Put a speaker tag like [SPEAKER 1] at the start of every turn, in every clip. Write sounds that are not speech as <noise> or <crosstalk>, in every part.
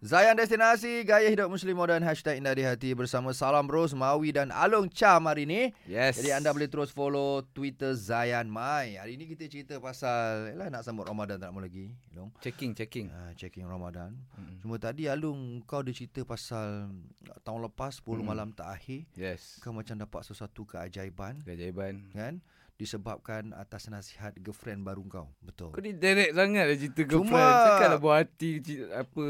[SPEAKER 1] Zayan Destinasi, gaya hidup Muslim moden, hashtag indah di hati bersama Salam Ros, Mawi dan Along Cham hari ini.
[SPEAKER 2] Yes.
[SPEAKER 1] Jadi anda boleh terus follow Twitter Zayan Mai. Hari ini kita cerita pasal, elah nak sambut Ramadan tak lama lagi. Long.
[SPEAKER 2] checking checking.
[SPEAKER 1] Uh, checking Ramadan.
[SPEAKER 2] Mm-mm.
[SPEAKER 1] Cuma tadi Alung kau ada cerita pasal uh, tahun lepas 10
[SPEAKER 2] Mm.
[SPEAKER 1] malam terakhir
[SPEAKER 2] Yes.
[SPEAKER 1] kau macam dapat sesuatu keajaiban
[SPEAKER 2] Keajaiban.
[SPEAKER 1] kan disebabkan atas nasihat girlfriend baru kau. Betul.
[SPEAKER 2] Kau ni direct sangat lah cerita girlfriend.
[SPEAKER 1] Cuma-
[SPEAKER 2] Cakaplah lah buah hati ci- apa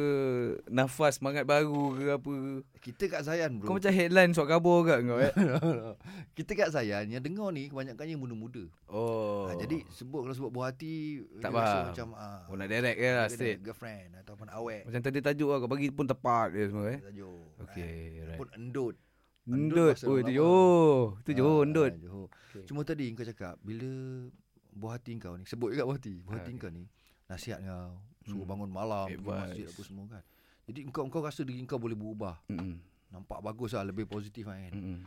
[SPEAKER 2] nafas semangat baru ke apa.
[SPEAKER 1] Kita kat Zayan bro.
[SPEAKER 2] Kau macam headline surat khabar kat kau eh.
[SPEAKER 1] <laughs> Kita kat Zayan yang dengar ni kebanyakannya muda-muda.
[SPEAKER 2] <laughs> Oh.
[SPEAKER 1] Ha, jadi sebut kalau sebut buah hati
[SPEAKER 2] Tak
[SPEAKER 1] dia rasa
[SPEAKER 2] faham.
[SPEAKER 1] macam ah
[SPEAKER 2] Oh nak direct ke lah straight.
[SPEAKER 1] girlfriend ataupun awek.
[SPEAKER 2] Macam tadi tajuk lah kau bagi pun tepat dia semua eh.
[SPEAKER 1] Tajuk.
[SPEAKER 2] Okay,
[SPEAKER 1] kan.
[SPEAKER 2] right.
[SPEAKER 1] Pun endut.
[SPEAKER 2] Endut.
[SPEAKER 1] masa
[SPEAKER 2] Oh,
[SPEAKER 1] lama.
[SPEAKER 2] itu Johor. Itu Johor
[SPEAKER 1] Ah,
[SPEAKER 2] endut.
[SPEAKER 1] ah, Johor.
[SPEAKER 2] Okay.
[SPEAKER 1] Cuma tadi kau cakap bila buah hati kau ni sebut juga buah hati. Buah
[SPEAKER 2] Ah,
[SPEAKER 1] hati kau ni nasihat kau suruh
[SPEAKER 2] Hmm.
[SPEAKER 1] bangun malam, pergi
[SPEAKER 2] Advice.
[SPEAKER 1] masjid apa semua kan. Jadi engkau engkau rasa diri kau boleh berubah.
[SPEAKER 2] Mm-mm.
[SPEAKER 1] Nampak bagus lah Lebih positif lah kan
[SPEAKER 2] Mm-mm.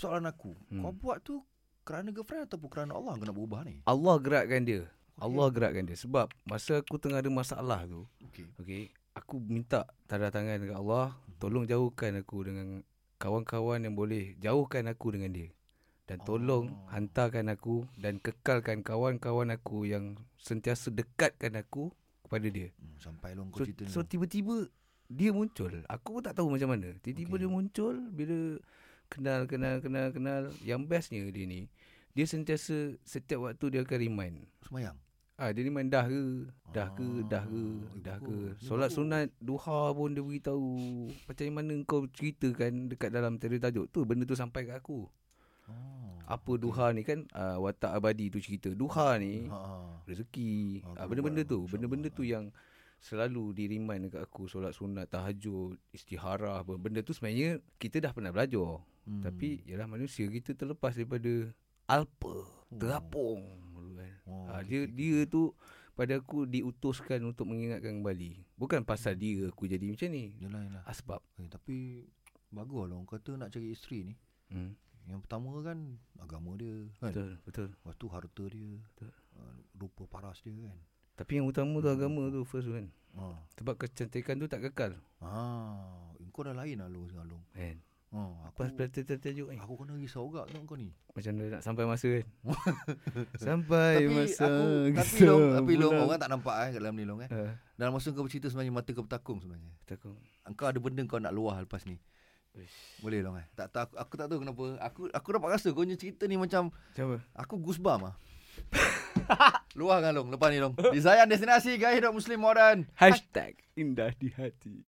[SPEAKER 1] Soalan aku hmm.
[SPEAKER 2] Hmm.
[SPEAKER 1] Kau buat tu Kerana girlfriend Ataupun kerana Allah Kau nak berubah ni
[SPEAKER 2] Allah gerakkan dia. Allah gerakkan dia sebab masa aku tengah ada masalah tu
[SPEAKER 1] okay.
[SPEAKER 2] Okey, aku minta tanda tangan dekat Allah,
[SPEAKER 1] Mhm.
[SPEAKER 2] tolong jauhkan aku dengan kawan-kawan yang boleh jauhkan aku dengan dia. Dan tolong
[SPEAKER 1] Oh.
[SPEAKER 2] oh. hantarkan aku dan kekalkan kawan-kawan aku yang sentiasa dekatkan aku kepada dia.
[SPEAKER 1] Hmm, Sampai long kau
[SPEAKER 2] So,
[SPEAKER 1] cerita ni
[SPEAKER 2] so tiba-tiba dia muncul. Aku pun tak tahu macam mana.
[SPEAKER 1] Okey.
[SPEAKER 2] Tiba-tiba okay. dia muncul bila kenal kenal kenal kenal. Yang bestnya dia ni, dia sentiasa setiap waktu dia akan remind.
[SPEAKER 1] Semayang
[SPEAKER 2] Ah, dia ni main dah ke, dah ke, dah ke,
[SPEAKER 1] Ah, eh,
[SPEAKER 2] dah
[SPEAKER 1] bagus.
[SPEAKER 2] ke.
[SPEAKER 1] Ni
[SPEAKER 2] Solat
[SPEAKER 1] bagus.
[SPEAKER 2] sunat duha pun dia beritahu. Macam mana kau ceritakan dekat dalam tadi tajuk tu benda tu sampai kat aku.
[SPEAKER 1] oh.
[SPEAKER 2] Apa duha ni kan uh, watak abadi tu cerita. Duha ni
[SPEAKER 1] ha, ha.
[SPEAKER 2] rezeki.
[SPEAKER 1] Ah,
[SPEAKER 2] Ah,
[SPEAKER 1] kena
[SPEAKER 2] benda-benda
[SPEAKER 1] buat lah,
[SPEAKER 2] tu,
[SPEAKER 1] insyaAllah.
[SPEAKER 2] benda-benda tu yang selalu di remind dekat aku solat sunat, tahajud, istiharah apa. Benda tu sebenarnya kita dah pernah belajar.
[SPEAKER 1] Hmm.
[SPEAKER 2] Tapi ialah manusia kita terlepas daripada alpa, terapung dulu kan.
[SPEAKER 1] oh,
[SPEAKER 2] Ha,
[SPEAKER 1] okey,
[SPEAKER 2] dia
[SPEAKER 1] okey,
[SPEAKER 2] dia tu pada aku diutuskan untuk mengingatkan kembali. Bukan pasal dia aku jadi macam
[SPEAKER 1] okey.
[SPEAKER 2] ni.
[SPEAKER 1] Yelah yelah
[SPEAKER 2] Ah, sebab
[SPEAKER 1] eh, Tapi Bagus lah orang kata nak cari isteri ni
[SPEAKER 2] hmm,
[SPEAKER 1] Yang pertama kan Agama dia kan
[SPEAKER 2] betul betul.
[SPEAKER 1] Lepas tu harta dia
[SPEAKER 2] Betul.
[SPEAKER 1] ah, Rupa paras dia kan
[SPEAKER 2] Tapi yang utama tu agama tu first tu kan.
[SPEAKER 1] ha.
[SPEAKER 2] Sebab kecantikan tu tak kekal.
[SPEAKER 1] Ah, kau dah lain lah Long sekarang Long
[SPEAKER 2] Kan.
[SPEAKER 1] ha,
[SPEAKER 2] Pas
[SPEAKER 1] aku,
[SPEAKER 2] pelatihan tajuk ni.
[SPEAKER 1] aku kena risau juga tengok kau ni
[SPEAKER 2] Macam dah nak sampai masa <laughs> kan. sampai
[SPEAKER 1] tapi
[SPEAKER 2] masa. <laughs>
[SPEAKER 1] aku tapi
[SPEAKER 2] kita
[SPEAKER 1] long tapi long
[SPEAKER 2] pulang.
[SPEAKER 1] orang tak nampak eh kat dalam ni long eh.
[SPEAKER 2] Ah,
[SPEAKER 1] Dalam masa kau bercerita sebenarnya mata kau bertakung sebenarnya.
[SPEAKER 2] takut.
[SPEAKER 1] Engkau ada benda kau nak luah lepas ni.
[SPEAKER 2] Uish.
[SPEAKER 1] Boleh long eh. Tak tahu aku, aku tak tahu kenapa. Aku aku dapat rasa kau punya cerita ni macam
[SPEAKER 2] Macam apa?
[SPEAKER 1] aku goosebump ah. luah kan long lepas ni long. Di Zayan Destinasi Gaya Hidup Muslim Moden.
[SPEAKER 2] Hashtag indah di hati.